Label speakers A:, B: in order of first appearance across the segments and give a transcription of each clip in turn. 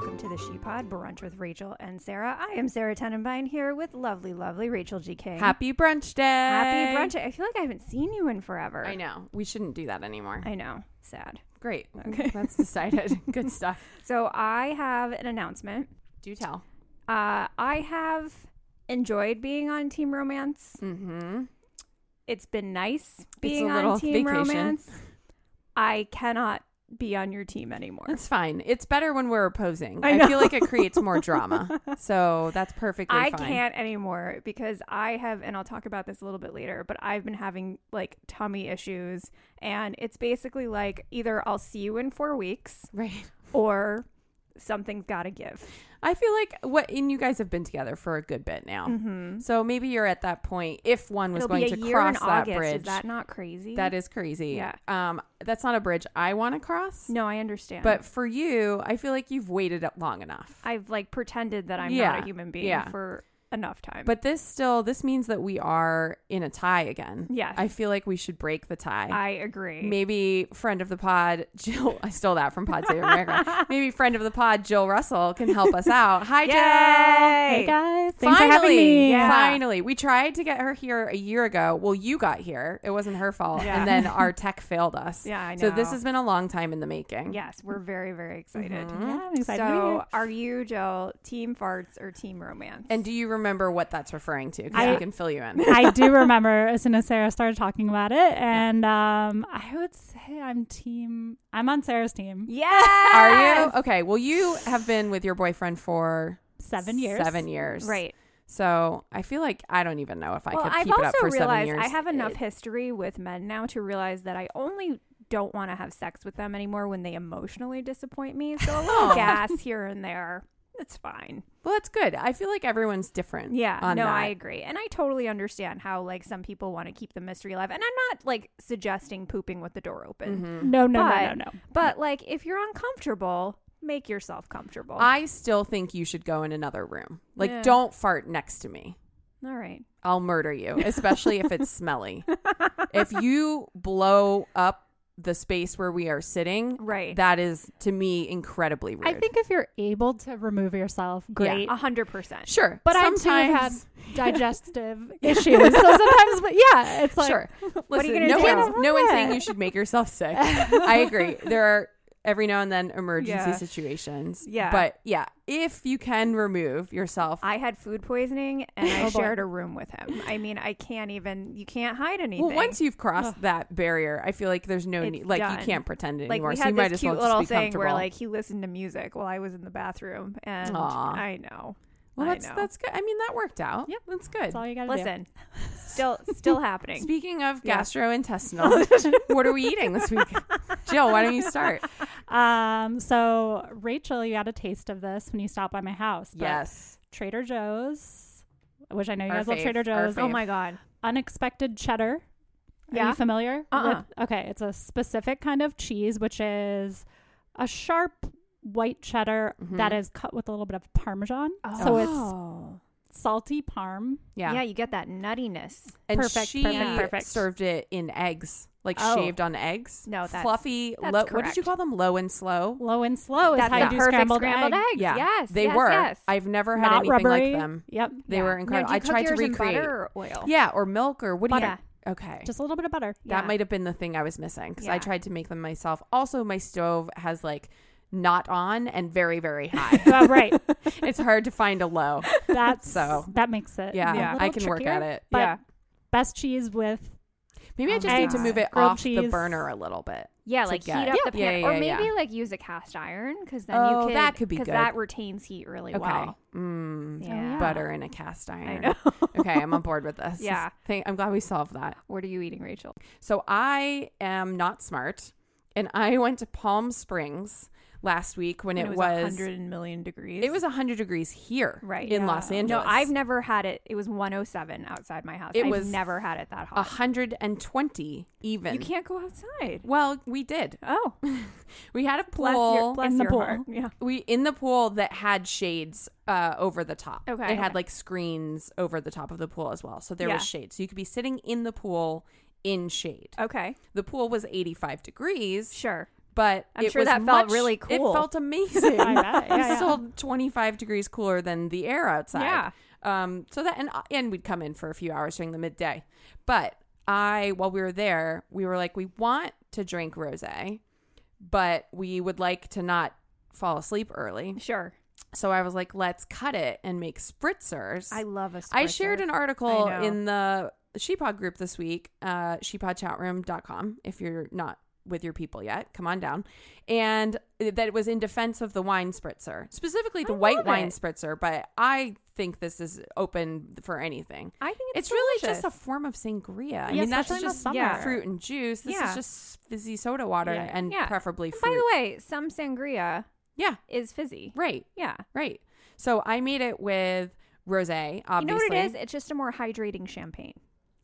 A: ShePod Brunch with Rachel and Sarah. I am Sarah Tenenbein here with lovely, lovely Rachel G. King.
B: Happy brunch day.
A: Happy brunch. I feel like I haven't seen you in forever.
B: I know. We shouldn't do that anymore.
A: I know. Sad.
B: Great.
A: Okay.
B: That's decided. Good stuff.
A: So I have an announcement.
B: Do tell.
A: Uh, I have enjoyed being on Team Romance.
B: Mm-hmm.
A: It's been nice being on
B: a little
A: Team
B: vacation.
A: Romance. I cannot be on your team anymore.
B: That's fine. It's better when we're opposing.
A: I
B: I,
A: know.
B: feel like it creates more drama. So that's perfectly
A: I
B: fine.
A: can't anymore because I have, and I'll talk about this a little bit later, but I've been having like tummy issues. And it's basically like either I'll see you in four weeks
B: Right.
A: or something's got to give.
B: I feel like what and you guys have been together for a good bit now. So maybe you're at that point if one was
A: Mm-hmm. It'll be
B: going
A: a
B: to
A: year
B: cross
A: in
B: that
A: August.
B: bridge.
A: Is that not crazy?
B: that is crazy.
A: Yeah.
B: Um that's not a bridge I want to cross.
A: No, I understand.
B: But for you, I feel like you've waited long enough.
A: I've like pretended that I'm not
B: Yeah,
A: a human being
B: yeah.
A: for enough time.
B: But this still this means that we are in a tie again.
A: Yes.
B: I feel like we should break the tie.
A: I agree.
B: Maybe friend of the pod, Jill. I stole that from Pod Saver America. Maybe friend of the pod, Jill Russell, can help us out. Hi, Jill.
A: Yay!
C: Hey guys, thanks
B: Finally,
C: for having me.
A: Yeah.
B: finally, we tried to get her here a year ago. Well, you got here. It wasn't her fault,
A: Yeah.
B: and then our tech failed us.
A: Yeah, I
B: So this
A: know.
B: has been a long time in the making.
A: Yes, we're very, very excited.
B: Mm-hmm.
C: Yeah, I'm excited. to be
A: So,
C: here.
A: are you, Jill, team farts or team romance?
B: And do you remember what that's referring to? Because
C: I-
B: I can fill you in.
C: I do remember as soon as Sarah started talking about it, and um, I would say I'm team. I'm on Sarah's team.
A: yes,
B: Are you? Okay. Well, you have been with your boyfriend for
C: Seven years.
B: Seven years.
A: Right.
B: So I feel like I don't even know if I
A: well,
B: could
A: I've
B: keep it
A: also
B: up for seven
A: realized
B: years.
A: I have enough history with men now to realize that I only don't want to have sex with them anymore when they emotionally disappoint me. So a little
B: Oh.
A: gas here and there. It's fine.
B: Well, that's good. I feel like everyone's different.
A: Yeah.
B: On
A: no,
B: that.
A: I agree. And I totally understand how like some people want to keep the mystery alive. And I'm not like suggesting pooping with the door open.
B: Mm-hmm.
C: No, no,
A: But,
C: no, no, no.
A: but like if you're uncomfortable, make yourself comfortable.
B: I still think you should go in another room. Like,
A: Yeah.
B: don't fart next to me.
A: All right.
B: I'll murder you, especially if it's smelly. If you blow up the space where we are sitting,
A: Right.
B: that is to me incredibly rude.
C: I think if you're able to remove yourself, great.
A: A hundred percent.
B: sure,
C: But
B: sometimes,
C: I too have had digestive issues, so sometimes, but yeah, it's like
B: sure. Listen,
A: are you gonna
B: no
A: do?
B: one's, no one's saying
C: Yeah.
B: you should make yourself sick. I agree. There are every now and then emergency
A: Yeah.
B: situations.
A: Yeah.
B: But yeah, if you can remove yourself,
A: I had food poisoning and I
C: Oh, boy.
A: shared a room with him. I mean, I can't even, you can't hide anything.
B: well, once you've crossed that barrier, I feel like there's no
A: It's
B: need. Like
A: done.
B: you can't pretend
A: like
B: anymore.
A: we
B: so you
A: had
B: might
A: this
B: as
A: cute
B: well
A: little
B: just be
A: thing where
B: comfortable.
A: like he listened to music while I was in the bathroom, and
B: Aw.
A: I know,
B: well,
A: I
B: that's
A: know.
B: that's good. I mean, that worked out.
C: Yep.
B: that's good.
C: that's all you gotta
A: Listen, still, still happening.
B: Speaking of
A: Yeah.
B: gastrointestinal, what are we eating this week? Jill, why don't you start?
C: do. Um, so Rachel, you got a taste of this when you stopped by my house. but
B: Yes.
C: Trader Joe's, which I know you
B: Our
C: guys love
B: fave,
C: Trader
B: our
C: Joe's.
B: fave.
A: oh my god,
C: unexpected cheddar. Are
A: Yeah.
C: you familiar?
A: Uh-uh.
C: with- okay, it's a specific kind of cheese, which is a sharp white cheddar that is cut with a little bit of parmesan.
B: Oh.
C: So it's salty parm.
A: yeah.
B: Yeah.
A: you get that nuttiness.
B: And
C: Perfect,
B: she
C: perfect, perfect.
B: served it in eggs, like
A: Oh.
B: shaved on eggs.
A: No, that's-
B: fluffy.
A: that's
B: low, what did
A: correct.
B: you call them? Low and slow.
C: Low and
B: Oh,
C: slow is
A: That's
C: how you
A: the
C: do
A: perfect scrambled,
C: scrambled, egg.
A: eggs. Yes,
B: they
A: yes,
B: were.
A: Yes.
B: I've never had
C: Not
B: anything
C: rubbery.
B: like them.
C: Yep.
B: They
A: Yeah.
B: were
A: Now,
B: incredible.
A: do you
B: I
A: cook
B: tried to
A: yours in
B: recreate.
A: butter or oil.
B: Yeah, or milk or what
A: Butter.
B: do you? Okay,
C: Just a little bit of butter.
A: Yeah.
B: that might have been the thing I was missing because
A: Yeah.
B: I tried to make them myself. Also, my stove has like not on and very very high.
C: Oh, right.
B: it's hard to find a low.
C: That's
B: So.
C: that makes it.
B: Yeah,
C: a
A: Yeah.
C: little
B: I can work
C: trickier.
B: at it.
C: But
A: Yeah.
C: best cheese with
B: Maybe I just need
A: Eggs,
B: to move it
C: grilled
B: off the
C: cheese.
B: burner a little bit.
A: Yeah,
B: to
A: like heat
B: get-
A: up
B: Yeah.
A: the pan,
B: Yeah,
A: or
B: yeah, yeah.
A: maybe like use a cast iron because then
B: Oh,
A: you could
B: that could be
A: 'cause
B: good.
A: that retains heat really
B: Okay.
A: well.
B: Mm,
A: Yeah.
B: Butter in a cast iron.
A: Ah, I know.
B: okay, I'm on board with this.
A: Yeah.
B: Thank- I'm glad we solved that.
A: What are you eating, Rachel?
B: So I am not smart, and I went to Palm Springs last week when,
A: When
B: it,
A: was
B: was
A: 100 million degrees.
B: it was 100 degrees here,
A: Right.
B: in
A: Yeah.
B: Los Angeles.
A: No, I've never had it. It was 107 outside my house.
B: It
A: I've
B: was
A: never had it that hot.
B: 120 even.
A: You can't go outside.
B: well, we did.
A: Oh,
B: We had a pool.
A: bless your, bless
C: in the
A: your
C: pool.
A: heart. Yeah.
B: we in the pool that had shades uh, over the top.
A: Okay.
B: it had like screens over the top of the pool as well, so there
A: Yeah.
B: was shade. So you could be sitting in the pool in shade.
A: Okay.
B: The pool was 85 degrees,
A: Sure.
B: But
A: I'm
B: it
A: sure
B: was
A: that felt
B: much-
A: really cool.
B: It felt amazing.
C: I bet. Yeah,
B: It's
C: yeah.
B: still 25 degrees cooler than the air outside.
A: Yeah.
B: Um, so that, and, and we'd come in for a few hours during the midday. But I, while we were there, we were like, we want to drink rose, but we would like to not fall asleep early.
A: Sure.
B: So I was like, let's cut it and make spritzers.
A: I love a
B: I shared an article
A: I know.
B: in the Sheepod group this week, uh, sheepodchatroom.com, if you're not with your people yet, come on down. And that it was in defense of the wine spritzer, specifically the
A: I
B: white
A: love
B: wine
A: it.
B: spritzer, but I think this is open for anything.
A: I think
B: It's,
A: it's,
B: really just a
A: delicious.
B: form of sangria. I
C: Yeah,
B: mean, that's
C: especially in the
B: just
C: summer.
A: yeah,
B: fruit and juice. This
A: Yeah.
B: is just fizzy soda water
C: Yeah.
B: and
A: Yeah.
B: preferably fruit.
A: By the way, some sangria
B: yeah,
A: is fizzy.
B: right,
A: Yeah.
B: right. So I made it with rosé, obviously.
A: You know what it is? It's just a more hydrating champagne.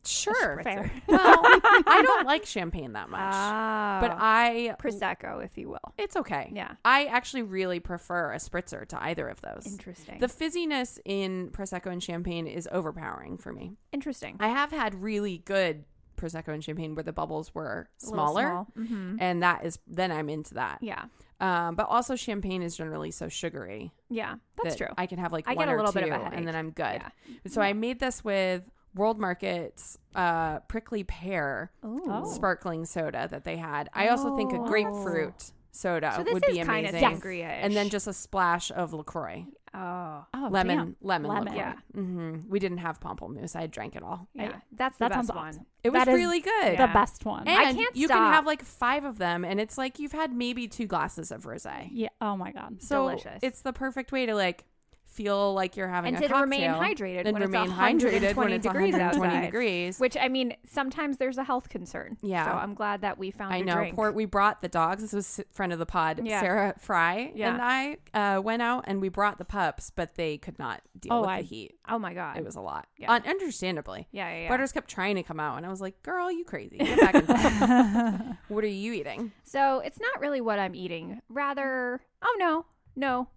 B: Sure.
A: Fair.
B: Well, I don't like champagne that much,
A: Ah.
B: but I
A: prosecco, if you will.
B: it's okay.
A: Yeah.
B: I actually really prefer a spritzer to either of those.
A: Interesting.
B: The fizziness in prosecco and champagne is overpowering for me.
A: Interesting.
B: I have had really good prosecco and champagne where the bubbles were smaller,
A: hmm
B: and that is then I'm into that.
A: Yeah.
B: Um, but also champagne is generally so sugary.
A: Yeah. That's
B: that
A: true.
B: I can have like
A: I
B: one
A: get a
B: or
A: little
B: two,
A: bit of a
B: and
A: headache.
B: then I'm good.
A: Yeah.
B: So I made this with World Market's uh, prickly pear.
A: Ooh.
B: Oh. sparkling soda that they had. I also think a
A: Oh.
B: grapefruit soda
A: So this
B: would
A: is
B: be
A: kind of
B: amazing.
A: sangria.
B: And then just a splash of LaCroix.
A: oh.
C: Oh,
B: lemon,
C: damn.
B: lemon,
C: Lemon.
B: LaCroix.
A: Yeah.
B: hmm We didn't have pamplemousse. I drank it all.
A: Yeah.
C: I-
A: That's the
C: That
A: best
C: sounds
A: one.
C: awesome.
B: It was
C: That is
B: really good.
A: Yeah.
C: The best one.
B: And
A: I can't
B: you can
A: stop.
B: have like five of them, and it's like you've had maybe two glasses of rosé.
C: yeah. Oh my god.
B: So
A: Delicious.
B: it's the perfect way to like feel like you're having
A: And
B: a
A: to remain
B: cocktail
A: hydrated
B: and
A: when it's
B: remain
A: 120
B: hydrated when it's
A: degrees
B: 120
A: outside.
B: degrees.
A: Which I mean, sometimes there's a health concern.
B: Yeah.
A: So I'm glad that we found.
B: I
A: a
B: know.
A: Drink.
B: Poor, we brought the dogs. This was s- friend of the pod,
A: Yeah.
B: Sarah Fry,
A: Yeah.
B: and I uh, went out and we brought the pups, but they could not deal
C: Oh,
B: with
C: I-
B: the heat.
A: oh my god.
B: It was a lot,
A: Yeah.
B: Un- understandably.
A: Yeah. Yeah. yeah.
B: Butters kept trying to come out, and I was like, "Girl, you crazy? Get back inside. what are you eating?
A: So it's not really what I'm eating. Rather, oh no, no.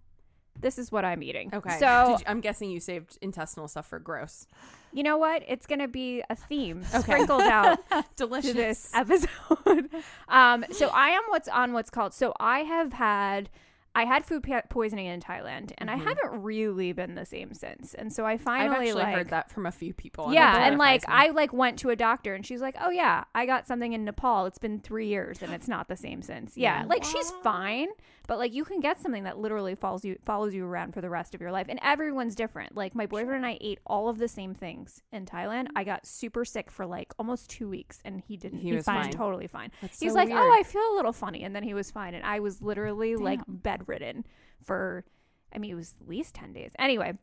A: This is what I'm eating.
B: Okay.
A: So
B: Did you- I'm guessing you saved intestinal stuff for gross.
A: you know what? It's going to be a theme
B: Okay.
A: sprinkled out
B: Delicious.
A: to this episode. um, so I am what's on what's called. So I have had. I had food pa- poisoning in Thailand, and I haven't really been the same since. And so I
B: Mm-hmm. I've
A: finally
B: actually
A: like,
B: heard that from a few people. and it
A: Yeah, and like
B: terrifies me.
A: I like went to a doctor and she's like, "Oh yeah, I got something in Nepal. It's been 3 years and it's not the same since." Yeah, like she's fine, but like you can get something that literally follows you follows you around for the rest of your life. And everyone's different. Like my boyfriend and I ate all of the same things in Thailand. I got super sick for like almost 2 weeks and he didn't.
B: He was fine.
A: totally fine.
B: That's
A: He's
B: so
A: like, "Oh,
B: weird.
A: I feel a little funny." And then he was fine and I was literally like bedridden for I mean, it was at least 10 days. Anyway,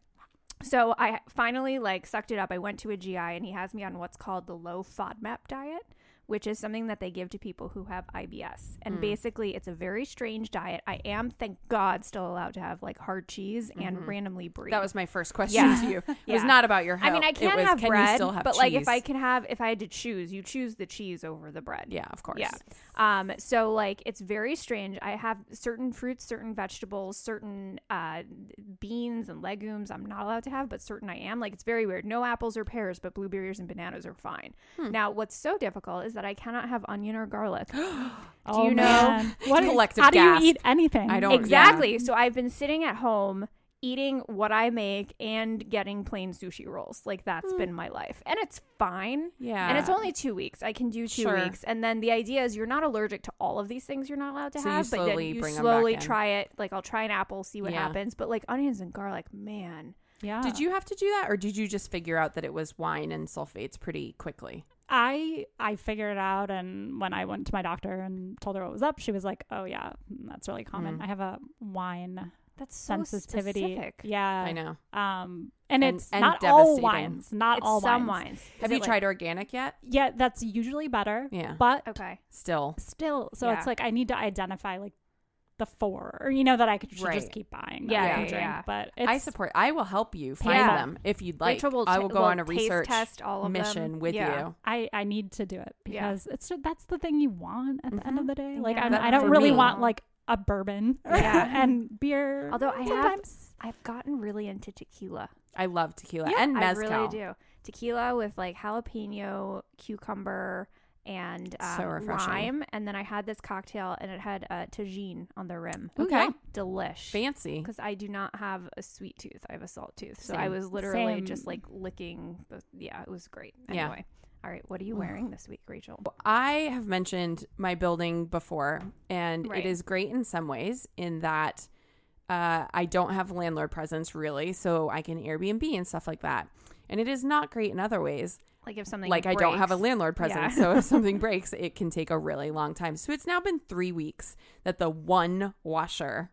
A: so I finally like sucked it up. I went to a GI and he has me on what's called the low FODMAP diet, which is something that they give to people who have IBS.
B: Mm.
A: And basically, it's a very strange diet. I am, thank God, still allowed to have like hard cheese and randomly breathe.
B: Mm-hmm. that was my first question
A: Yeah.
B: to you. It was
A: Yeah.
B: not about your
A: I
B: health.
A: mean, I
B: It
A: can
B: was,
A: have
B: can
A: bread,
B: you still have
A: but like if I
B: cheese?
A: can have, if I had to choose, you choose the cheese over the bread.
B: yeah, of course.
A: Yeah. Um, so like it's very strange. I have certain fruits, certain vegetables, certain uh, beans and legumes I'm not allowed to have, but certain I am. Like it's very weird. No apples or pears, but blueberries and bananas are fine. Now what's so difficult is that I cannot have onion or garlic.
C: oh,
A: you know-
C: man. what?
B: Collective
C: How do
B: gasp.
C: you eat anything?
B: I don't yeah.
A: exactly. So I've been sitting at home eating what I make and getting plain sushi rolls. Like that's been my life. And it's fine.
B: Yeah.
A: And it's only two weeks. I can do two
B: Sure.
A: weeks, and then the idea is you're not allergic to all of these things. You're not allowed to
B: So you
A: have, but then
B: slowly
A: you
B: bring 'em back
A: slowly
B: in.
A: try it. Like I'll try an apple, see what
B: Yeah.
A: happens. But like onions and garlic, man,
C: Yeah.
A: Ah.
B: Did you have to do that, or did you just figure out that it was wine and sulfates pretty quickly?
C: I I figured it out, and when I went to my doctor and told her what was up, she was like, "Oh yeah, that's really common.
B: Mm.
C: I have a wine
A: that's so
C: sensitivity.
A: Specific.
C: Yeah,
B: I know.
C: Um, and,
B: And-
C: it's
B: and
C: not all
B: devastating.
C: wines, not
A: it's
C: all
A: some
C: wines.
A: wines. Is
B: Have
A: it,
B: you
A: like-
B: tried organic yet?
C: Yeah, that's usually better.
B: Yeah.
C: but
A: okay.
B: Still.
C: still, so
A: Yeah.
C: it's like I need to identify like the four, or you know that I could should
B: Right.
C: just keep buying.
A: Yeah,
C: that I
A: yeah,
C: don't drink,
A: yeah.
C: But it's,
B: I support. I will help you find
A: Yeah.
B: them if you'd like.
A: Rachel will
B: I
A: ta-
B: will go
A: will
B: on a
A: taste
B: research
A: test all of
B: mission
A: them.
B: with
A: Yeah.
B: you.
C: I I need to do it
A: Yeah. Mm-hmm.
C: because it's just, that's the thing you want at the end of the day. Like
A: Yeah.
C: I'm-
B: That-
C: I don't
B: for
C: really
B: me-
C: want like a bourbon
A: Yeah.
C: and beer.
A: Although I have-
C: sometimes.
A: I've gotten really into tequila.
B: I love tequila
C: Yeah,
B: and
A: I
B: mezcal.
A: really do tequila with like jalapeno, cucumber, and
B: So
A: um,
B: refreshing.
A: lime. And then I had this cocktail and it had uh, tagine on the rim.
B: Ooh, yeah.
A: Delish.
B: Fancy.
A: Because I do not have a sweet tooth. I have a salt tooth. So I
B: Same.
A: was literally just
C: Same.
A: like licking. The, yeah, it was great.
B: Yeah.
A: Anyway. All right. What are you wearing this week, Rachel?
B: I have mentioned my building before, and
A: Right.
B: it is great in some ways in that uh, I don't have landlord presence really, so I can Airbnb and stuff like that. And it is not great in other ways.
A: Like if something
B: like I don't have a
A: breaks-
B: landlord presence,
A: Yeah.
B: so if something breaks, it can take a really long time. So it's now been three weeks that the one washer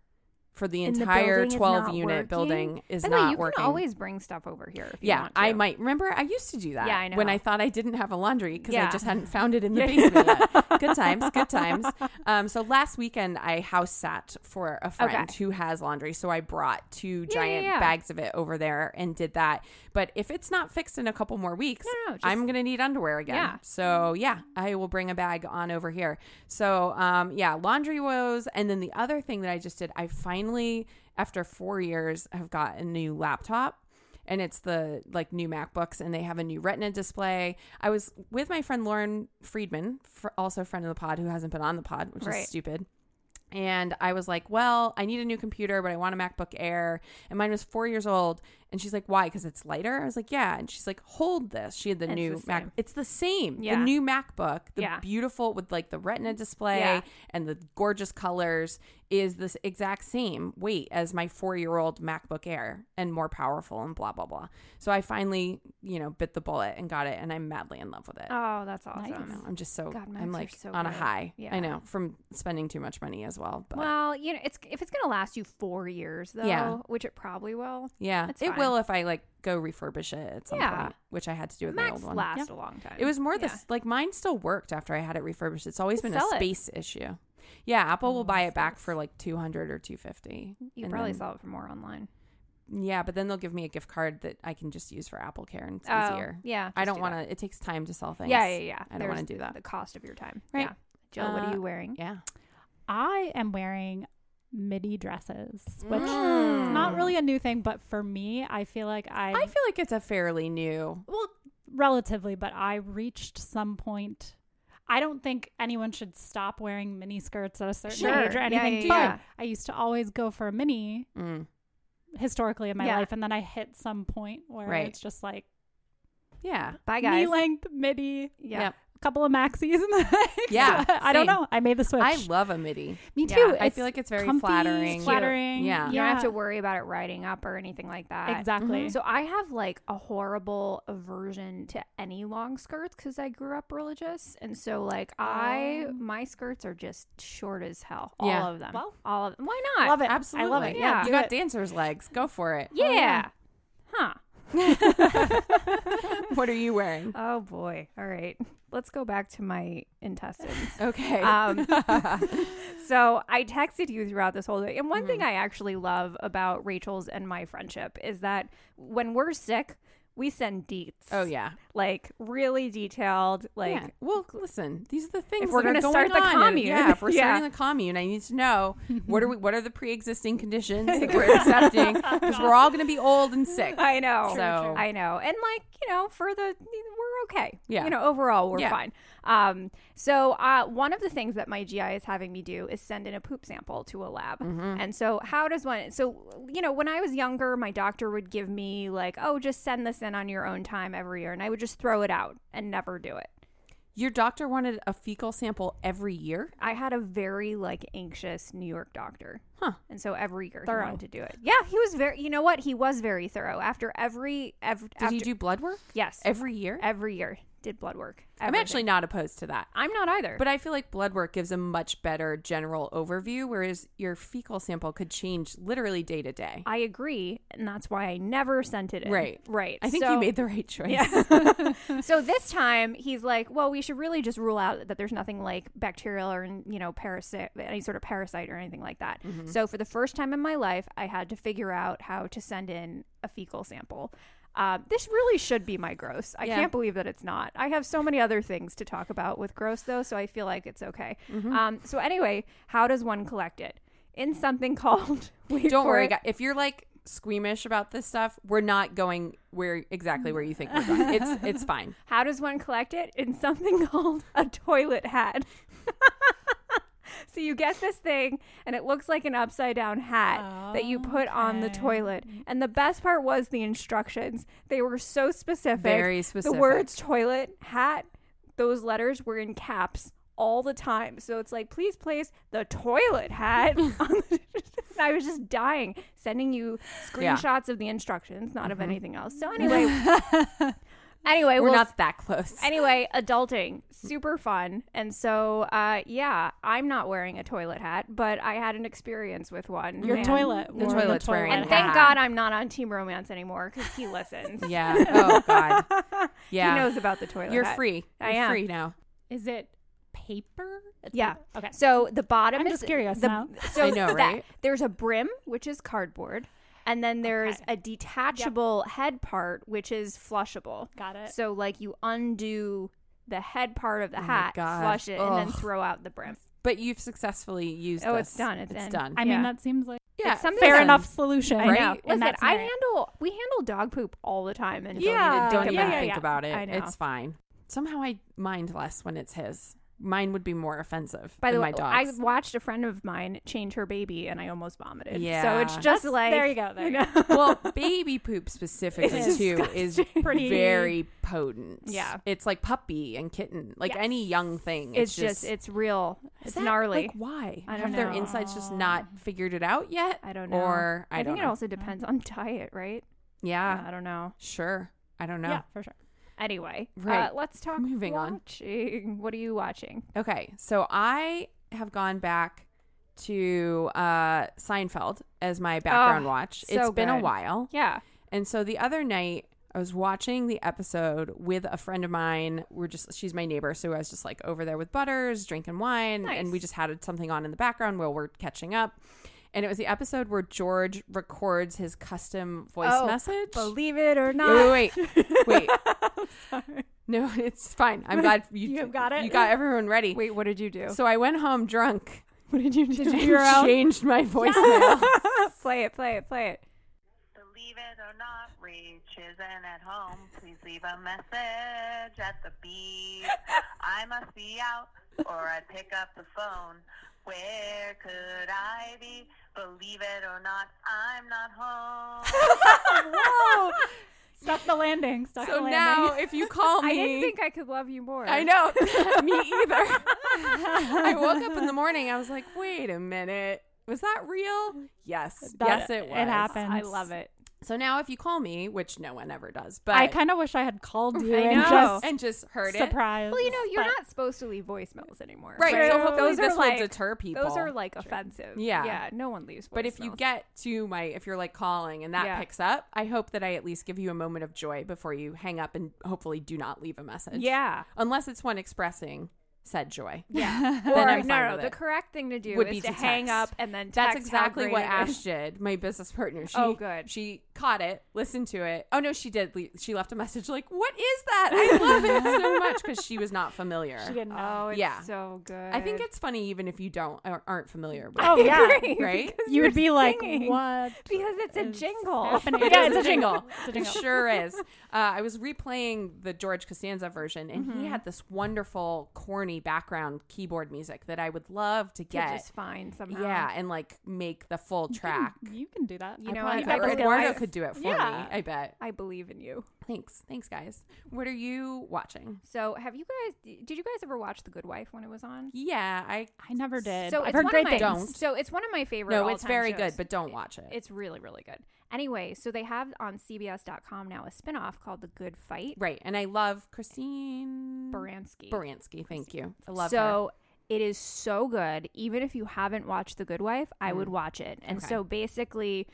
B: for the
A: And the
B: entire
A: building is
B: twelve
A: not
B: unit
A: working?
B: building is
A: By the way,
B: not
A: you
B: working.
A: can always bring stuff over here. If you
B: yeah,
A: want
B: I
A: to.
B: might remember I used to do that.
A: Yeah, I
B: When
A: know.
B: I thought I didn't have a laundry because
A: Yeah.
B: I just hadn't found it in the basement yet. Good times, good times. Um, so last weekend I house sat for a friend who has laundry, so I brought two
A: yeah,
B: giant
A: yeah.
B: bags of it over there and did that. But if it's not fixed in a couple more weeks,
A: No, no, just-
B: I'm gonna need underwear again.
A: Yeah.
B: So yeah, I will bring a bag on over here. So um, yeah, laundry woes, and then the other thing that I just did, I finally after four years have got a new laptop. And it's the like new MacBooks, and they have a new Retina display. I was with my friend Lauren Friedman, fr- also a friend of the pod, who hasn't been on the pod, which
A: Right.
B: is stupid. And I was like, well, I need a new computer, but I want a MacBook Air. And mine was four years old. And she's like, why? Because it's lighter? I was like, yeah. And she's like, hold this. She had the
A: It's
B: new
A: the
B: Mac.
A: same.
B: It's the same.
A: Yeah.
B: The new MacBook, the
A: Yeah.
B: beautiful with like the retina display
A: Yeah.
B: and the gorgeous colors, is this exact same weight as my four year old MacBook Air and more powerful and blah, blah, blah. So I finally, you know, bit the bullet and got it. And I'm madly in love with it.
A: Oh, that's
C: Nice.
A: awesome.
B: I know. I'm just so
A: God, Macs are
B: I'm like
A: so
B: on a
A: good.
B: high.
A: Yeah.
B: I know from spending too much money as well. But
A: Well, you know, it's if it's gonna last you four years though,
B: Yeah.
A: which it probably will.
B: yeah,
A: that's
B: it
A: fine.
B: will if I like go refurbish it at some
A: Yeah.
B: point, which I had to do with my
A: Max
B: old one.
A: last a long time.
B: It was more
A: Yeah.
B: this like mine still worked after I had it refurbished. It's always
A: Just
B: been a
A: sell it.
B: space issue. Yeah, Apple will
A: Oh,
B: buy it
A: that's
B: back
A: nice.
B: for like two hundred or two fifty.
A: You
B: and
A: probably
B: then-
A: saw it for more online.
B: Yeah, but then they'll give me a gift card that I can just use for Apple Care and it's
A: Oh,
B: easier.
A: yeah.
B: I
A: just
B: don't
A: do
B: want
A: that.
B: to. It takes time to sell things.
A: Yeah, yeah, yeah.
B: I don't wanna
A: There's
B: do that.
A: The cost of your time.
B: Right.
A: Yeah. Jill, what are
B: Uh,
A: you wearing?
B: yeah.
C: I am wearing midi dresses, which is
B: Mm.
C: not really a new thing, but for me, I feel like I,
B: I feel like it's a fairly new.
C: well, relatively, but I reached some point. I don't think anyone should stop wearing mini skirts at a certain
A: Sure.
C: age or
A: Yeah,
C: anything,
A: yeah,
C: but
A: yeah.
C: I used to always go for a mini
B: Mm,
C: historically in my
A: Yeah.
C: life, and then I hit some point where
B: Right.
C: it's just like
B: yeah.
A: Bye guys.
C: knee length midi,
A: yeah.
B: Yep.
C: a couple of maxis, and the
B: Yeah,
C: I don't
B: same.
C: know. I made the switch.
B: I love a midi.
C: me
A: yeah,
C: too.
B: I
C: It's
B: feel like it's very
C: comfy,
B: flattering.
C: flattering.
B: Yeah.
A: You don't have to worry about it riding up or anything like that. Mm-hmm.
C: Exactly.
A: So I have like a horrible aversion to any long skirts because I grew up religious, and so like I my skirts are just short as hell, all
B: Yeah.
A: of them.
C: Well,
A: all of them. Why not?
C: love it.
B: Absolutely.
C: I love it.
A: Yeah.
B: You
C: do
B: got
C: it.
B: dancer's legs. Go for it.
A: Yeah.
C: yeah.
A: Huh.
B: What are you wearing?
A: Oh boy. All right. Let's go back to my intestines.
B: Okay.
A: Um, so I texted you throughout this whole day. And one
B: Mm-hmm.
A: thing I actually love about Rachel's and my friendship is that when we're sick, we send deets.
B: oh yeah.
A: Like really detailed. Like
B: yeah. Well, listen. These are the things.
A: we're
B: that
A: gonna
B: are going
A: start the
B: on.
A: commune.
B: yeah. If we're
A: Yeah.
B: starting the commune, I need to know what are we? What are the pre-existing conditions that we're accepting? Because we're all going to be old and sick.
A: I know.
B: True, So- true.
A: I know. And like, you know, for the we're okay.
B: Yeah.
A: You know, overall we're
B: Yeah.
A: fine. Um so uh one of the things that my GI is having me do is send in a poop sample to a lab.
B: Mm-hmm.
A: And so how does one so you know, when I was younger, my doctor would give me like, "Oh, just send this in on your own time every year." And I would just throw it out and never do it.
B: Your doctor wanted a fecal sample every year.
A: I had a very like anxious New York doctor.
B: Huh.
A: And so every year
C: Thorough.
A: he wanted to do it. Yeah, he was very you know what? He was very thorough. After every every
B: Did he do blood work
A: Yes.
B: every year?
A: every year did blood work.
B: I'm
A: Everything.
B: actually not opposed to that.
A: I'm not either.
B: But I feel like blood work gives a much better general overview, whereas your fecal sample could change literally day to day.
A: I agree, and that's why I never sent it in.
B: Right.
A: right.
B: I think
A: so,
B: you made the right choice.
A: so this time he's like, "Well, we should really just rule out that there's nothing like bacterial or you know parasite, any sort of parasite or anything like that."
B: Mm-hmm.
A: So for the first time in my life, I had to figure out how to send in a fecal sample. Uh, this really should be my gross. I
B: Yeah.
A: can't believe that it's not. I have so many other things to talk about with gross though, so I feel like it's okay.
B: Mm-hmm.
A: Um, so anyway, how does one collect it? In something called. wait
B: Don't
A: for
B: worry,
A: it,
B: guy- if you're like squeamish about this stuff, we're not going where exactly where you think we're going. It's it's fine.
A: How does one collect it? In something called a toilet hat. so you get this thing, and it looks like an upside down hat that you put on the
C: Okay.
A: toilet. And the best part was the instructions. They were so specific.
B: Very specific.
A: The words toilet, hat, those letters were in caps all the time. So it's like, please place the toilet hat on the. And I was just dying, sending you
B: Yeah. Mm-hmm.
A: screenshots of the instructions, not of anything else. So anyway, anyway,
B: We're
A: we'll
B: not that close.
A: anyway, adulting, super fun. And so, uh, yeah, I'm not wearing a toilet hat, but I had an experience with one.
C: Your
A: and,
C: toilet.
B: The
C: wore
B: toilet's
C: toilet
B: wearing
A: And
B: a
C: hat.
A: thank God I'm not on Team Romance anymore because he listens.
B: yeah. Oh god. Yeah.
A: He knows about the toilet
B: You're
A: hat.
B: free.
A: I
B: You're
A: am.
B: free now.
C: Is it paper? It's
A: Yeah.
C: paper. Okay.
A: So the bottom
C: I'm
A: is
C: just curious
A: the-
C: now.
A: So
B: I know,
A: that-
B: right?
A: there's a brim, which is cardboard, and then there's
C: Okay.
A: a detachable head part, which is flushable.
C: Got it.
A: So like you undo the head part of the
B: Oh my
A: hat,
B: God.
A: flush it, and then
B: Ugh.
A: throw out the brim.
B: But you've successfully used
A: Oh,
B: this.
A: it's done. It's in.
B: done.
C: I
A: yeah.
C: mean, that seems like
B: yeah.
A: something
C: fair
A: Listen,
C: enough solution,
A: I
B: Right?
A: know.
C: In
A: Listen,
C: that
A: I
C: scenario.
A: handle we handle dog poop all the time, and
C: Yeah.
A: don't even
B: Don't
A: think
B: even
A: about
C: yeah, yeah,
A: it.
B: think
C: yeah.
B: about it.
A: I know.
B: It's fine. Somehow I mind less when it's his. Mine would be more offensive.
A: By the
B: than
A: way, oh,
B: my
A: I
B: dog's.
A: watched a friend of mine change her baby, and I almost vomited. so
B: Yeah.
A: it's just like
C: there you go. There you go.
B: well, baby poop specifically
A: It's
B: too is
C: Pretty-
B: very potent.
A: Yeah.
B: it's like puppy and kitten, like
A: Yes.
B: any young thing.
A: It's, just, it's real. It's
B: is that,
A: gnarly.
B: Like why?
A: I
B: I
A: don't
B: don't Have their
A: know.
B: insides just not figured it out yet?
A: I don't know.
B: Or I,
A: I,
B: don't
A: think it
B: know. Ah.
A: also depends on diet, right?
B: yeah,
A: I don't know.
B: sure. I don't know.
C: Yeah, for sure.
A: Anyway,
B: Right.
A: uh, let's talk.
B: Moving on.
A: watching. What are you watching?
B: Okay, so I have gone back to uh, Seinfeld as my background
A: Oh,
B: watch.
A: so
B: it's been a
A: good.
B: while.
A: Yeah,
B: And so the other night, I was watching the episode with a friend of mine. We're just she's my neighbor, so I was just like over there with Butters, drinking wine,
A: Nice.
B: and we just had something on in the background while we're catching up. And it was the episode where George records his custom voice
A: Oh,
B: message.
A: believe it or not.
B: Wait, wait, wait. wait. No, it's fine. I'm glad you,
C: You have got it?
B: You got everyone ready.
A: Wait, what did you do?
B: So I went home drunk
A: what did you do?
B: and
A: Did you
B: changed my voicemail.
A: play it, play it, play it.
D: Believe it or not, Rach isn't at home. Please leave a message at the beep. I must be out, or I'd pick up the phone. Where could I be? Believe it or not, I'm not home.
C: Stuck the landing. Stuck the
B: So
C: landing.
B: now, if you call me,
A: I didn't think I could love you more.
B: I know. Me either. I woke up in the morning. I was like, wait a minute. Was that real? Yes.
C: That-
B: yes, it was.
C: It happened.
A: I love it.
B: So now, if you call me, which no one ever does, but
C: I kind of wish I had called you
A: I
C: and
A: know.
C: just
B: and just heard it.
C: surprised.
A: Well, you know, you're
C: but-
A: not supposed to leave voicemails anymore.
B: Right. So
A: True.
B: hopefully
A: Those
B: this
A: are
B: will
A: like,
B: deter people.
A: Those are like offensive.
B: Yeah.
A: Yeah. No one leaves voicemails.
B: But if you get to my, if you're like calling and that
A: Yeah.
B: picks up, I hope that I at least give you a moment of joy before you hang up and hopefully do not leave a message.
A: Yeah.
B: Unless it's one expressing said joy.
A: Yeah. or,
B: I'm fine
A: no, no,
B: with
A: the
B: it.
A: correct thing to do
B: Would
A: is
B: be
A: to,
B: to
A: hang up
B: text.
A: and then text
B: That's
A: how
B: exactly
A: great
B: what
A: it is.
B: Ash did, my business partner. She,
A: Oh, good.
B: She caught it, listened to it. Oh, no, she did. le- She left a message like, What is that? I love it so much because she was not familiar.
C: She didn't know.
A: Oh, it's
B: Yeah.
A: so good.
B: I think it's funny even if you don't ar- aren't familiar with
C: Oh,
B: it,
C: yeah.
B: right?
A: because
C: you
A: you're
C: would be like,
A: singing.
C: what?
A: Because it's a
C: is
A: jingle.
C: happening?
B: It
C: yeah,
B: is
C: it's a jingle. It's a
B: It
C: jingle.
B: sure is. Uh, I was replaying the George Costanza version, and
C: Mm-hmm.
B: he had this wonderful, corny background keyboard music that I would love to
A: You
B: get.
A: just fine somehow.
B: yeah, and like make the full track.
C: You can do that.
A: You
B: I
A: know
B: probably
A: what?
B: could-
A: I
B: or
A: just
B: Eduardo
A: realized-
B: could do it for
C: Yeah.
B: me. I bet.
A: I believe in you.
B: Thanks, thanks, guys. What are you watching?
A: So, have you guys? Did you guys ever watch The Good Wife when it was on?
B: Yeah, I
C: I never did.
A: So
C: I've
A: it's
C: heard
A: one
C: great
A: of my,
C: things.
B: Don't.
A: So it's one of my favorite.
B: no, it's
A: all-time
B: very
A: shows.
B: good, but don't watch it.
A: It's really, really good. Anyway, so they have on CBS.com now a spinoff called The Good Fight.
B: right, and I love Christine
A: Baranski.
B: Baranski. Thank you. I love her.
A: so it is so good. Even if you haven't watched The Good Wife, I would watch it. And
B: Mm. Okay.
A: so basically,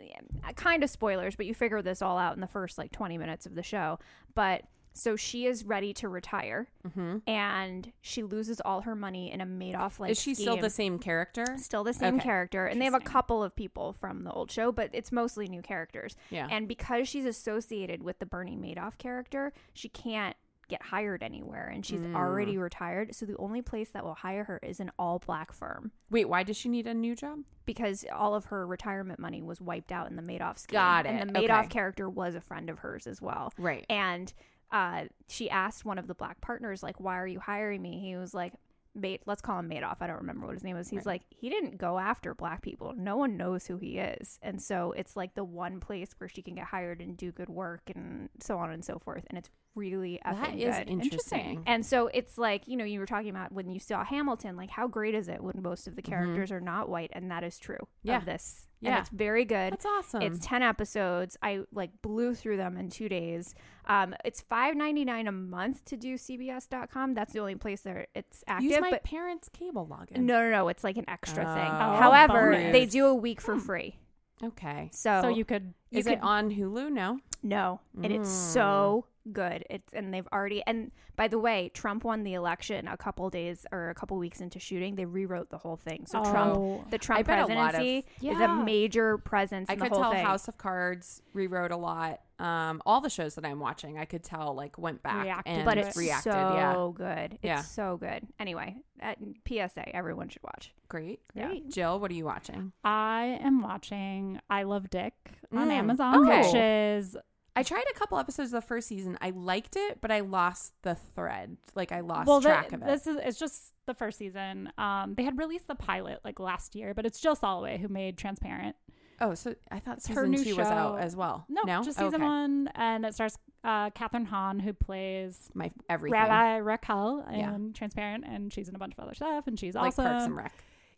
A: yeah, kind of spoilers, but you figure this all out in the first like 20 minutes of the show. But so she is ready to retire
B: Mm-hmm.
A: and she loses all her money in a Madoff like
B: Is she still the same character?
A: still the same
B: Okay.
A: character and they have a couple of people from the old show but it's mostly new characters
B: Yeah.
A: and because she's associated with the bernie madoff character she can't get hired anywhere and she's
B: Mm.
A: already retired. So the only place that will hire her is an all black firm
B: Wait, why does she need a new job?
A: because all of her retirement money was wiped out in the Madoff scheme.
B: Got it.
A: And the Madoff
B: Okay.
A: character was a friend of hers as well.
B: Right.
A: And uh, she asked one of the black partners, like, why are you hiring me? He was like, Mate, let's call him Madoff. I don't remember what his name was. He's like, he didn't go after black people. No one knows who he is. And so it's like the one place where she can get hired and do good work and so on and so forth. And it's really effing
B: That is
A: good.
B: interesting.
A: And so it's like, you know, you were talking about when you saw Hamilton, like how great is it when most of the characters are not white? And that is true
B: Mm-hmm. Yeah.
A: of this.
B: Yeah.
A: And it's very good.
B: That's awesome.
A: It's 10 episodes. I like blew through them in two days. Um, it's five ninety nine a month to do CBS.com. That's the only place that it's active.
B: Use my
A: but
B: parents' cable login.
A: no, no, no. It's like an extra thing.
B: Oh, Hmm.
A: However,
C: bonus.
A: they do a week for free.
B: Okay.
A: So,
C: so you could
A: you
B: is
A: could
B: it on Hulu? No.
A: No, and it's
B: Hmm.
A: so good. It's and they've already and by the way, Trump won the election a couple days or a couple weeks into shooting. They rewrote the whole thing. So
C: Oh.
A: Trump, the
B: I
A: Trump
B: bet a lot of-
A: presidency is
C: Yeah.
A: a major presence.
B: I
A: in the
B: could
A: whole
B: tell
A: thing.
B: House of Cards rewrote a lot. Um, all the shows that I'm watching, I could tell like went back
C: Reacted
B: and
A: but it's
B: reacted. yeah,
A: so good. It's
B: Yeah.
A: so good. Anyway, at PSA, everyone should watch.
B: great.
A: Yeah.
C: Great.
B: Jill, what are you watching?
C: I am watching I Love Dick on
B: Mm.
C: Amazon,
B: Okay.
C: which is
B: I tried a couple episodes of the first season. I liked it, but I lost the thread. Like I lost
C: well, the-
B: track of it.
C: this is it's just the first season. Um, they had released the pilot like last year, but it's Jill Soloway who made Transparent.
B: oh, so I thought
C: her
B: season
C: new
B: two was out
C: show.
B: as well.
C: No, just season
B: Oh, Okay.
C: one, and it stars uh, Catherine Hahn who plays
B: My everything.
C: Rabbi Raquel in
B: Yeah.
C: Transparent, and she's in a bunch of other stuff, and she's
B: like
C: awesome.
B: Parks and Mm. Rec,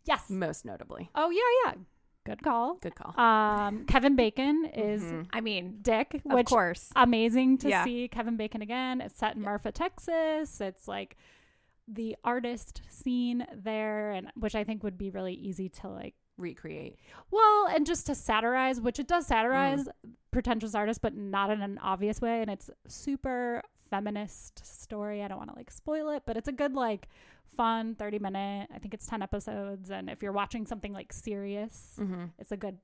C: Yes.
B: most notably.
C: Oh yeah, yeah. Good call.
B: Good call.
C: Um, Kevin Bacon is
A: I mean,
C: Dick,
A: of
C: which
A: course.
C: amazing to
A: Yeah.
C: see Kevin Bacon again. It's set in Marfa, Texas. It's like the artist scene there, and which I think would be really easy to like.
B: Recreate.
C: Well, and just to satirize, which it does satirize
A: Mm.
C: pretentious artists, but not in an obvious way. And it's super feminist story. I don't want to like spoil it, but it's a good like fun 30 minute. I think it's 10 episodes. And if you're watching something like serious,
B: Mm-hmm.
C: it's a good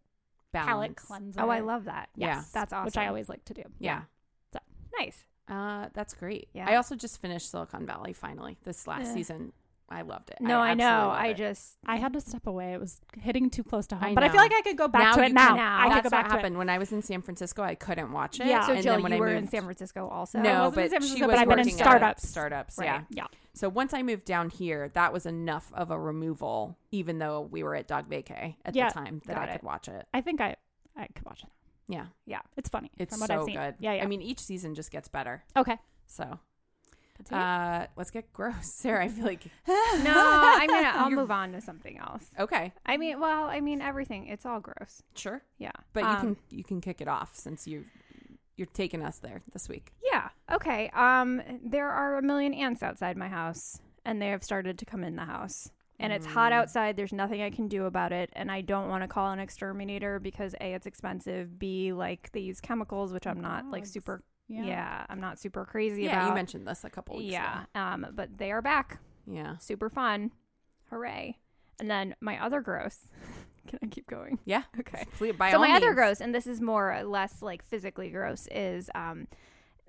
B: Balance.
C: palate cleanser.
A: Mm. Oh, I love that.
B: Yeah.
C: Yes,
A: That's
C: Which I
A: awesome.
C: always like to do.
B: Yeah.
A: Nice.
B: Uh, that's great.
A: Yeah.
B: I also just finished Silicon Valley finally this last
C: Eh.
B: season. I loved it.
A: No, I,
B: absolutely
A: know.
B: love
A: I
B: it.
A: just
C: I had to step away. It was hitting too close to
B: I
C: home. but I
B: know.
C: feel like I could go back to
B: you
C: it
B: can-
C: now.
A: now.
C: I could
B: That's
C: go back
B: what
C: to
B: happened when I was in San Francisco. I couldn't watch it.
C: Yeah.
A: so
B: and
A: Jill,
B: then when
A: you
B: I
A: were in
B: moved-
A: San Francisco also.
B: No,
C: wasn't in
B: but
C: San
B: she
C: Francisco,
B: was
C: but I've been in
B: working at a
C: startups.
B: startups,
A: Right.
B: yeah.
C: it. Yeah.
B: So once I moved down here, that was enough of a removal, even though we were at Dog Vacay at
C: Yeah.
B: the time that
A: Got it.
B: I could watch it.
C: I think I I could watch it.
B: Yeah,
A: Yeah.
C: It's funny.
B: it's
C: from what
B: so
C: I've seen.
B: good.
C: Yeah, yeah.
B: I mean, each season just gets better.
C: okay.
B: So
C: That's it.
B: uh, let's get gross, Sarah. I feel like
A: No, I'm gonna. I'll move on to something else.
B: okay,
A: I mean, well, I mean everything. It's all gross.
B: sure,
A: Yeah.
B: but you
A: Um,
B: can you can kick it off since you you're taking us there this week.
A: Yeah. Okay. Um, there are a million ants outside my house, and they have started to come in the house. And it's hot
B: Mm.
A: outside. There's nothing I can do about it, and I don't want to call an exterminator because a it's expensive. B like they use chemicals, which I'm not like
C: Bugs.
A: super.
C: Yeah.
A: Yeah. I'm not super crazy
B: Yeah,
A: about.
B: you mentioned this a couple weeks
A: yeah.
B: ago.
A: Um, but they are back.
B: Yeah,
A: Super fun. Hooray! And then my other gross. can I keep going?
B: yeah.
A: Okay
B: Please, by
A: so
B: all
A: my other
B: means.
A: gross and this is more or less like physically gross is um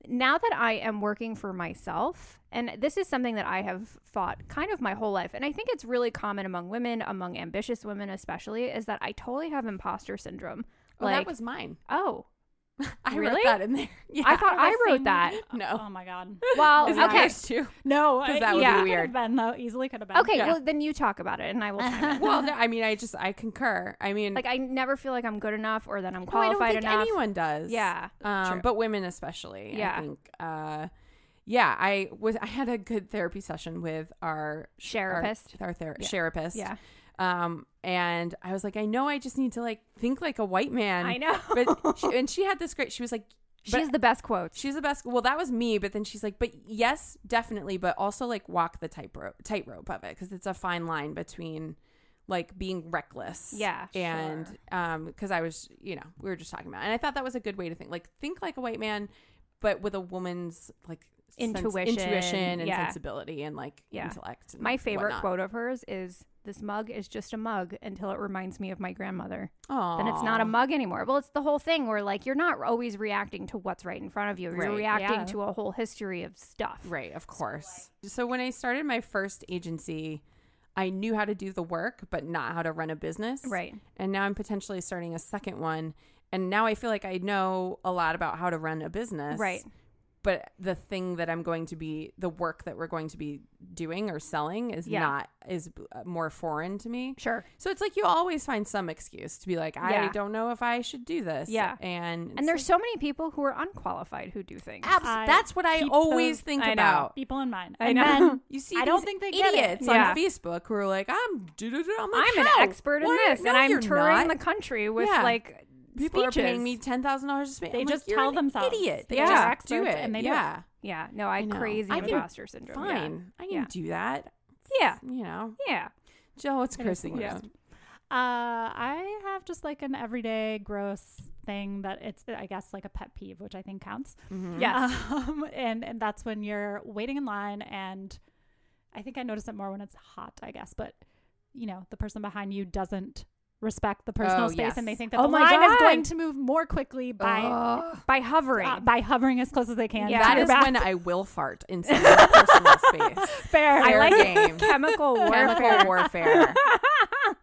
A: now that I am working for myself, and this is something that I have fought kind of my whole life, and I think it's really common among women, among ambitious women especially, is that I totally have imposter syndrome.
B: Oh,
A: like,
B: that was mine.
A: oh,
B: I wrote
A: Really?
B: that in there. Yeah.
A: I thought I wrote
C: Same-
A: that.
B: No.
C: Oh my god.
A: Well,
B: Is that
A: okay,
B: yours too?
C: No,
B: 'Cause
C: I-
B: that would
A: be
C: yeah. Could
B: weird.
C: have been though. Easily could have been.
A: okay.
B: Yeah.
A: Well, then you talk about it, and I will. Time it.
B: Well, no, I mean, I just I concur. I mean,
A: like I never feel like I'm good enough, or that I'm
B: no, Oh, I
A: qualified
B: don't think
A: enough.
B: anyone does.
A: Yeah,
B: um,
A: true.
B: but women especially. I
A: Yeah.
B: think. Uh, yeah, I was. I had a good therapy session with our
A: Therapist.
B: Our, our ther- therapist.
A: Yeah.
B: Um, and I was like, I know, I just need to like think like a white man.
A: I know.
B: But she, and she had this great. She was like,
A: she
B: but
A: has the best quotes.
B: She's the best. Well, that was me, but then she's like, but yes, definitely, but also like walk the tightrope tightrope of it because it's a fine line between like being reckless,
A: Yeah,
B: and um, because I was, you know, we were just talking about, it. and I thought that was a good way to think, like think like a white man, but with a woman's like sense-
A: Intuition,
B: intuition, and
A: yeah.
B: sensibility, and like
A: Yeah.
B: intellect. and
A: My favorite
B: whatnot.
A: quote of hers is this mug is just a mug until it reminds me of my grandmother.
B: Aww.
A: Then it's not a mug anymore. Well, it's the whole thing where like you're not always reacting to what's right in front of you. You're
B: Right.
A: reacting
C: Yeah.
A: to a whole history of stuff.
B: Right, of course. So when I started my first agency, I knew how to do the work, but not how to run a business.
A: Right.
B: And now I'm potentially starting a second one. And now I feel like I know a lot about how to run a business.
A: Right.
B: But the thing that I'm going to be, the work that we're going to be doing or selling is
A: Yeah.
B: not, is uh, more foreign to me.
A: Sure.
B: So it's like you always find some excuse to be like, I
A: Yeah.
B: don't know if I should do this.
A: Yeah.
B: And, it's
A: And there's so many people who are unqualified who do things.
B: like, abs-
C: I
B: that's what I
C: keep
B: always
C: those-
B: think
A: I know.
B: about.
C: people in mind.
A: I
C: and
A: know.
C: then
B: You see,
C: I don't
B: these
C: think they get it.
B: idiots
A: Yeah.
B: on Facebook who are like, "I'm, doo-doo-doo." I'm, like,
A: I'm an
B: "How?
A: expert in
B: What?
A: this,
B: No,
A: and I'm
B: you're
A: touring
B: not.
A: the country with
B: Yeah.
A: like
B: People
A: speeches.
B: are paying me ten thousand dollars to speak.
C: They
B: I'm
C: just
B: like, "You're
C: tell
B: an
C: themselves.
B: idiot.
C: They
B: yeah,
C: are experts
B: do it.
C: and they do it.
B: yeah,
A: Yeah, no, I,
B: know.
A: crazy
B: I can-
A: imposter syndrome. yeah.
B: fine. I can
A: Yeah.
B: do that.
A: Yeah,
B: You know,
A: yeah.
B: Jill, what's
C: It is the
B: cursing?
C: worst.
B: you?
C: Uh, I have just like an everyday gross thing that it's, I guess, like a pet peeve, which I think counts.
A: Yes.
C: Um, and, and that's when you're waiting in line. And I think I notice it more when it's hot, I guess. But, you know, the person behind you doesn't respect the personal
B: Oh,
C: space
B: yes.
C: and they think that
A: Oh
C: the
A: my
C: line is
A: God.
C: going to move more quickly by,
B: Ugh.
A: By hovering.
C: uh, by hovering as close as they can.
A: Yeah.
C: to
B: that
C: your
B: is
C: back.
B: when I will fart in someone's personal space.
C: fair.
A: I
B: Fair
A: like
B: game.
A: it. Chemical warfare.
B: Chemical warfare.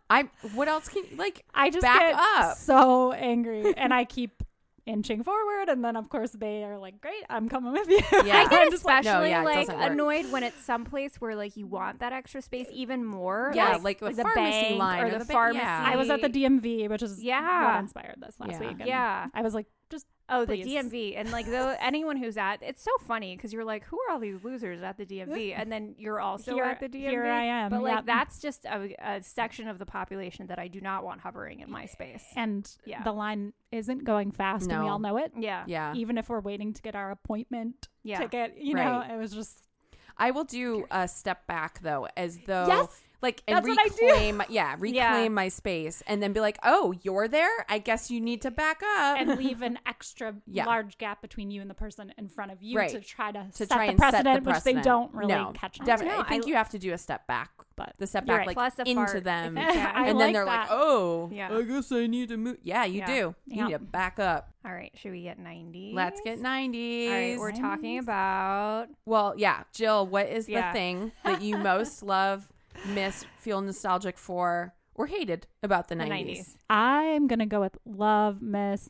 B: I. What else can you like?
C: I just
B: back
C: get
B: up.
C: so angry, and I keep inching forward, and then of course they are like, "Great, I'm coming with you."
B: Yeah.
A: I get
C: I'm just like,
A: especially
B: no, yeah, it
A: like
B: doesn't work.
A: annoyed when it's someplace where like you want that extra space even more.
B: Yeah,
A: like,
B: like a
A: the
B: pharmacy
A: bank
B: line
A: or,
B: or
A: the,
B: the ba-
A: pharmacy.
B: yeah.
C: I was at the DMV, which is
A: Yeah.
C: what inspired this last
B: Yeah.
C: week. and
A: Yeah.
C: I was like, just
A: Oh,
C: please.
A: the DMV, and like though anyone who's at it's so funny because you're like, who are all these losers at the DMV, and then you're also
C: Here-
A: at the DMV.
C: here I am,
A: But like
C: yep.
A: that's just a, a section of the population that I do not want hovering in my space.
C: and
A: Yeah.
C: the line isn't going fast, and we
B: No.
C: all know it.
A: Yeah,
B: Yeah.
C: Even if we're waiting to get our appointment
A: Yeah.
C: ticket, you
B: Right.
C: know, it was just
B: I will do a step back though, as though
C: Yes.
B: like and
C: That's what I do.
B: reclaim, yeah, reclaim my space, and then be like, oh, you're there. I guess you need to back up
C: and leave an extra
B: Yeah.
C: large gap between you and the person in front of you
B: Right.
C: to try to,
B: to
C: set,
B: try
C: the
B: and set the precedent,
C: which they don't really
B: No,
C: catch on. to.
B: Definitely,
A: No,
B: I think
A: I-
B: you have to do a step back,
C: But
B: the step
C: you're
B: back
C: right.
B: like
A: Plus a
B: into
A: fart.
B: them,
A: If you
B: and
A: have-
C: I
B: then
C: like
B: they're
C: that.
B: like, oh,
A: Yeah.
B: I guess I need to move. Yeah, you
A: Yeah.
B: do. You
C: Yeah.
B: need to back up.
A: All right, should we get ninety?
B: Let's get nineties.
A: All right, we're talking about
B: Well, yeah, Jill, what is
A: Yeah.
B: the thing that you most love, miss, feel nostalgic for, or hated about the
A: the
B: nineties?
A: nineties.
C: I'm gonna go with love, miss,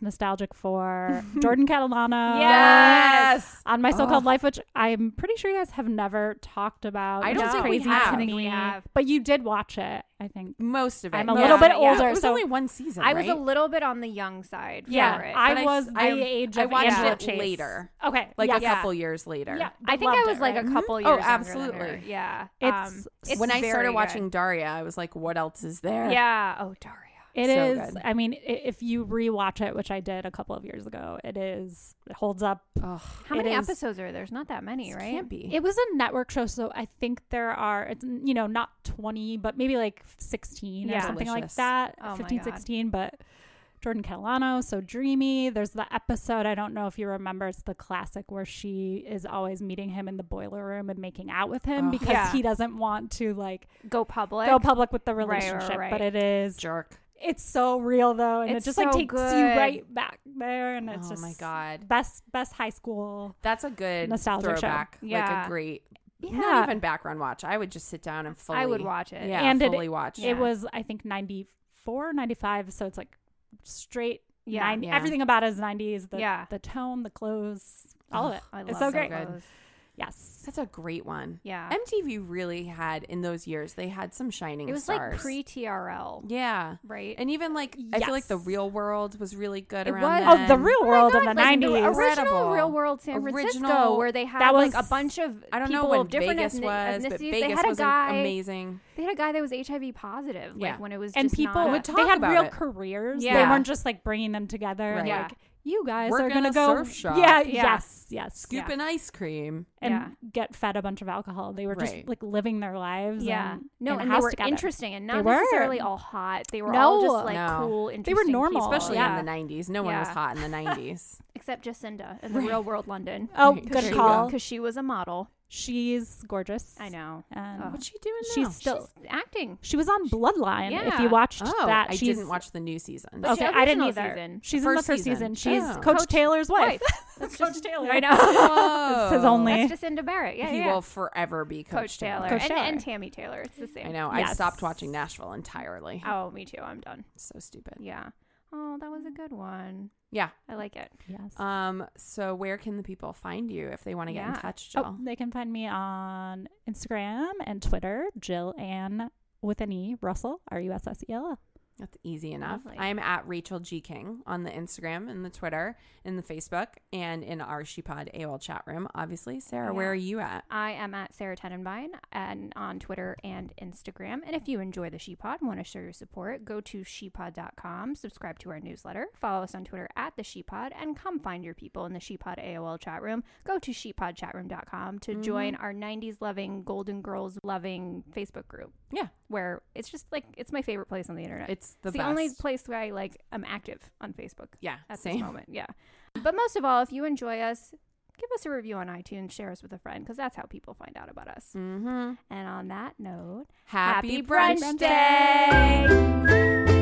C: nostalgic for Jordan Catalano.
A: Yes.
C: On my so-called life, which I'm pretty sure you guys have never talked about.
B: I
C: which
B: don't
C: is
B: think we
C: crazy
B: have. I
C: To
B: don't
A: think
C: me,
A: we have.
C: But you did watch it, I think.
B: Most of it.
C: I'm a
B: yeah.
C: little bit
A: Yeah.
C: older,
B: It was
C: so
B: only one season.
A: I was
B: right?
A: a little bit on the young side.
C: yeah,
A: for it.
C: I
B: But I-
C: was
B: I-
C: the age
B: I
C: of
B: watched
C: Angela
B: it
C: Chase.
B: later.
C: Okay,
B: like
C: yes.
B: a couple years later.
C: Yeah,
A: I
C: but
A: think I
C: loved
A: was
C: it,
A: like
C: right?
A: a couple years.
B: Oh,
A: younger than
B: absolutely.
A: her. Yeah. um,
C: It's- It's
B: when I
A: very
B: started
A: good.
B: watching Daria, I was like, "What else is there?"
A: Yeah. Oh, Daria.
C: It
B: So
C: is.
B: good.
C: I mean, i- if you rewatch it, which I did a couple of years ago, it is. It holds up.
B: Ugh,
A: How
C: It
A: many
C: is-
A: episodes are there? There's not that many,
B: it
A: right?
B: can't be.
C: It was a network show, so I think there are. It's you know not twenty, but maybe like sixteen or
A: Yeah.
C: something
B: Delicious.
C: like that.
A: Oh my
C: 15,
A: God.
C: 16, But Jordan Catalano, so dreamy. There's the episode I don't know if you remember. It's the classic where she is always meeting him in the boiler room and making out with him
B: Oh.
C: because
A: Yeah.
C: he doesn't want to like
A: Go public.
C: go public with the
A: Right, right,
C: relationship.
A: right.
C: But it is
B: jerk.
C: it's so real though, and
A: It's
C: it just like
A: so
C: takes you
A: good.
C: right back there, and it's
B: oh
C: just
B: my god,
C: best best high school.
B: that's a good
C: Nostalgic show.
B: throwback. Like
A: Yeah.
B: a great,
A: Yeah.
B: not even background watch. I would just sit down and fully.
A: I would watch it.
B: Yeah,
C: And it-
B: fully watch.
A: Yeah.
C: It was I think 94, 95, so it's like straight.
A: Yeah.
C: 90
B: Yeah.
C: everything about it is nineties. The,
A: Yeah.
C: the tone, the clothes, all of it.
A: I love
C: it's so
A: that
C: great.
B: good.
A: clothes.
C: Yes,
B: That's a great one.
A: Yeah.
B: MTV really had in those years. They had some shining.
A: It was
B: stars.
A: like pre TRL,
B: Yeah,
A: right?
B: and even like I feel like the
C: Yes.
B: Real World was really good
A: It
B: around.
A: was.
C: oh,
B: then.
C: the real
A: Oh my
C: world
A: God,
C: of the
A: like
C: nineties.
A: original
B: Incredible.
A: real world San Francisco,
B: Original-
A: where they had
C: That
A: like
C: was-
A: a bunch of
B: I don't
A: people
B: know what
A: of different
B: Vegas
A: ethni-
B: was,
A: ethnicities.
B: but
A: they
B: Vegas
A: had a
B: was
A: guy.
B: amazing.
A: They had a guy that was HIV positive.
B: Yeah.
A: Like when it was
C: and
A: just
C: people
A: not-
B: would
C: they
B: talk
C: had
B: about
C: real
B: it.
C: careers.
A: Yeah.
C: They weren't just like bringing them together. and,
B: Right.
A: Yeah.
C: Like you guys
B: We're
C: are
B: gonna
C: go
B: surf shop.
C: Yeah,
A: Yeah.
C: Yes. Yes.
B: Scoop and ice cream.
C: and
A: Yeah.
C: get fed a bunch of alcohol. They were just
B: Right.
C: like living their lives.
A: Yeah.
C: and,
A: No,
C: in a
A: and, they
C: house
A: were
C: together.
A: interesting and
C: They
A: not
C: were.
A: necessarily all hot. They were all just
C: No.
A: like
B: No.
A: cool,
C: were
A: interesting
C: normal.
A: people.
B: especially
A: yeah.
B: in the 90s. No one was
A: Yeah.
B: hot in the 90s.
A: Except Jacinda in the real world London.
C: Oh,
B: Right.
C: good
B: She
C: call.
A: Because she was a model.
C: She's gorgeous. Um,
A: I know.
C: And
A: Oh.
B: What's she doing now?
C: she's still.
A: She's acting.
C: she was on Bloodline. If
A: Yeah.
C: you watched
B: oh,
C: that,
B: I
C: she's,
B: didn't watch the new season.
A: But
C: Okay,
A: the
C: I didn't
A: original
C: either.
A: season.
C: She's in the
B: First
C: first
B: season.
C: season. She's
B: Oh.
C: Coach,
A: Coach
C: Taylor's wife.
A: wife.
C: That's Coach Taylor.
A: I know.
B: Oh,
C: It's his only-
A: That's Jacinda Barrett. Yeah,
B: he
A: yeah.
B: will forever be
A: Coach, Taylor.
C: Coach
A: and,
C: Taylor.
A: and Tammy Taylor. It's the same.
B: I know. I
C: Yes.
B: stopped watching Nashville entirely.
A: Oh, me too. I'm done.
B: So stupid.
A: Yeah. Oh, that was a good one.
B: Yeah.
A: I like it.
C: Yes.
B: Um. So where can the people find you if they want to get in
A: Yeah.
B: touch, Jill?
C: oh, they can find me on Instagram and Twitter, Jill Ann with an E, Russell, R U S S E L L.
B: That's easy enough.
A: Lovely.
B: I'm at Rachel G King on the Instagram and the Twitter and the Facebook and in our ShePod AOL chat room. Obviously, Sarah, where
A: Yeah.
B: are you at?
A: I am at Sarah Tenenbein and on Twitter and Instagram. And if you enjoy the ShePod and want to show your support, go to ShePod.com, subscribe to our newsletter, follow us on Twitter at the ShePod, and come find your people in the ShePod AOL chat room. Go to ShePodChatroom.com to
B: Mm-hmm.
A: join our 90s loving, Golden Girls loving Facebook group
B: Yeah,
A: where it's just like, it's my favorite place on the internet.
B: it's the
A: it's the
B: best.
A: only place where I like am active on Facebook
B: yeah,
A: at this
B: same.
A: moment. Yeah. But most of all, if you enjoy us, give us a review on iTunes, share us with a friend, because that's how people find out about us.
B: Mm-hmm.
A: And on that note,
B: Happy,
A: Happy
B: brunch,
A: brunch
B: day.
A: day.